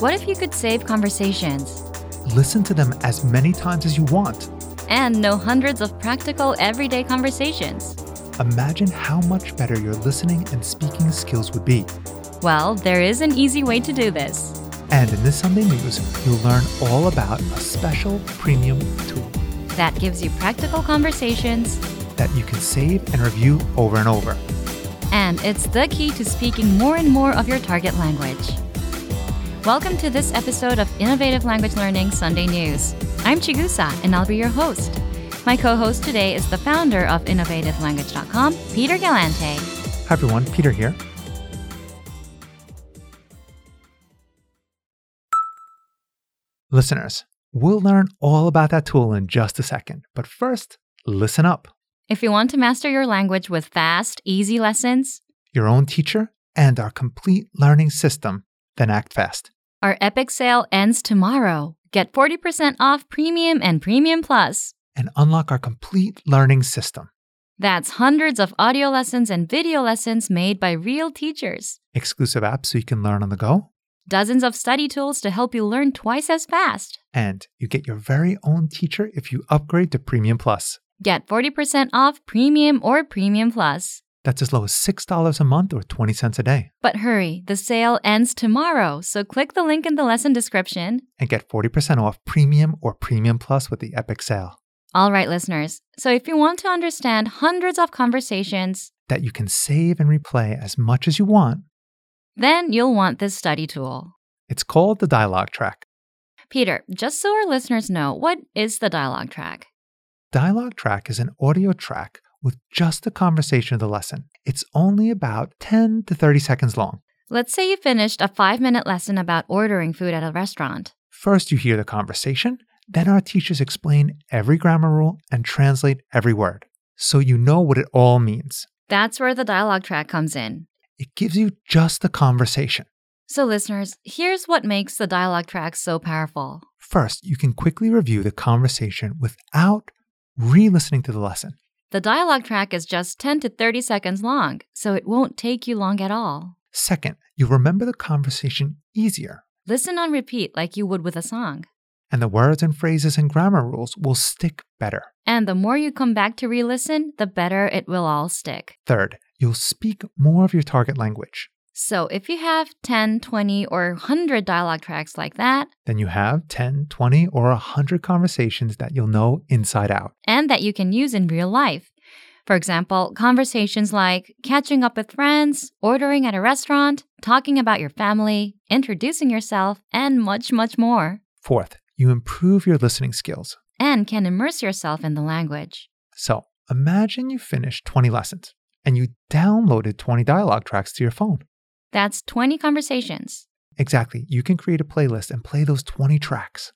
What if you could save conversations Listen to them as many times as you want. and know hundreds of practical everyday conversations? Imagine how much better your listening and speaking skills would be. Well, there is an easy way to do this. And in this Sunday news, you'll learn all about a special premium tool That gives you practical conversations, that you can save and review over and over. and it's the key to speaking more and more of your target language. Welcome to this episode of Innovative Language Learning Sunday News. I'm Chigusa, and I'll be your host. My co host today is the founder of InnovativeLanguage.com, Peter Galante. Hi everyone, Peter here. Listeners, we'll learn all about that tool in just a second, but first, listen up. If you want to master your language with fast, easy lessons, Your own teacher and our complete learning system, then act fast. our epic sale ends tomorrow. Get 40% off Premium and Premium Plus. and unlock our complete learning system, That's hundreds of audio lessons and video lessons made by real teachers, exclusive apps so you can learn on the go, dozens of study tools to help you learn twice as fast. and you get your very own teacher if you upgrade to Premium Plus. Get 40% off Premium or Premium Plus. That's as low as $6 a month or 20 cents a day, But hurry, the sale ends tomorrow, so click the link in the lesson description. and get 40% off Premium or Premium Plus with the Epic Sale All right, listeners. So if you want to understand hundreds of conversations, that you can save and replay as much as you want. then you'll want this study tool. It's called the Dialogue Track. Peter, just so our listeners know, what is the dialogue track? Dialogue Track is an audio track with just the conversation of the lesson. It's only about 10 to 30 seconds long. Let's say you finished a five minute lesson about ordering food at a restaurant. First, you hear the conversation, then, our teachers explain every grammar rule and translate every word so you know what it all means. That's where the dialogue track comes in. It gives you just the conversation. So, listeners, here's what makes the dialogue track so powerful. First, you can quickly review the conversation without re listening to the lesson. The dialogue track is just 10 to 30 seconds long, so it won't take you long at all. Second, you remember the conversation easier, Listen on repeat like you would with a song. and the words and phrases and grammar rules will stick better. And the more you come back to re listen, the better it will all stick. Third, you'll speak more of your target language. So, if you have 10, 20, or 100 dialogue tracks like that, Then you have 10, 20, or 100 conversations that you'll know inside out. and that you can use in real life. For example, conversations like catching up with friends, ordering at a restaurant, talking about your family, introducing yourself, and much, much more, Fourth, you improve your listening skills. and can immerse yourself in the language. So imagine you finished 20 lessons and you downloaded 20 dialogue tracks to your phone. That's 20 conversations, Exactly. You can create a playlist and play those 20 tracks.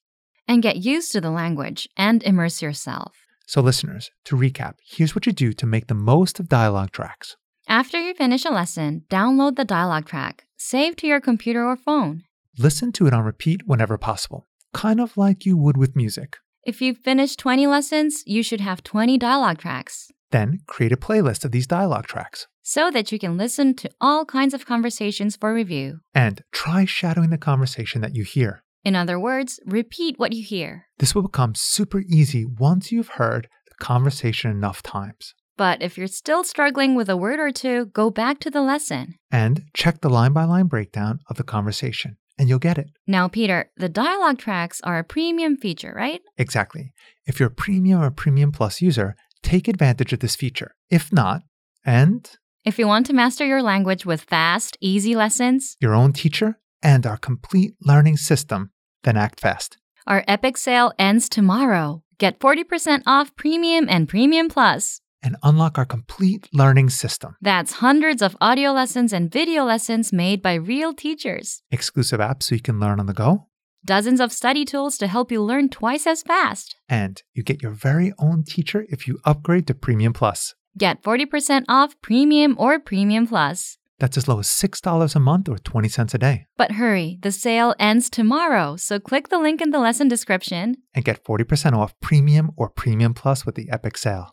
and get used to the language and immerse yourself. So, listeners, to recap, here's what you do to make the most of dialogue tracks. After you finish a lesson, download the dialogue track, save to your computer or phone. Listen to it on repeat whenever possible, kind of like you would with music. If you've finished 20 lessons, you should have 20 dialogue tracks. Then create a playlist of these dialogue tracks so that you can listen to all kinds of conversations for review. and try shadowing the conversation that you hear. In other words, repeat what you hear. This will become super easy once you've heard the conversation enough times. But if you're still struggling with a word or two, go back to the lesson. and check the line by line breakdown of the conversation, and you'll get it. Now, Peter, the dialogue tracks are a premium feature, right? Exactly. If you're a premium or premium plus user, take advantage of this feature. If not, and If you want to master your language with fast, easy lessons, your own teacher and our complete learning system, then act fast. our epic sale ends tomorrow. Get 40% off Premium and Premium Plus. And unlock our complete learning system, That's hundreds of audio lessons and video lessons made by real teachers, exclusive apps so you can learn on the go, dozens of study tools to help you learn twice as fast. and you get your very own teacher if you upgrade to Premium Plus. Get 40% off Premium or Premium Plus. That's as low as $6 a month or 20 cents a day, But hurry, the sale ends tomorrow, so click the link in the lesson description. and get 40% off Premium or Premium Plus with the Epic Sale.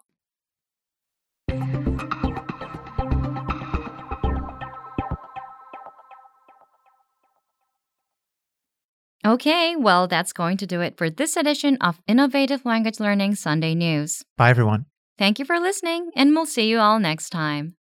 Okay, well, that's going to do it for this edition of Innovative Language Learning Sunday News. Bye, everyone. Thank you for listening, and we'll see you all next time.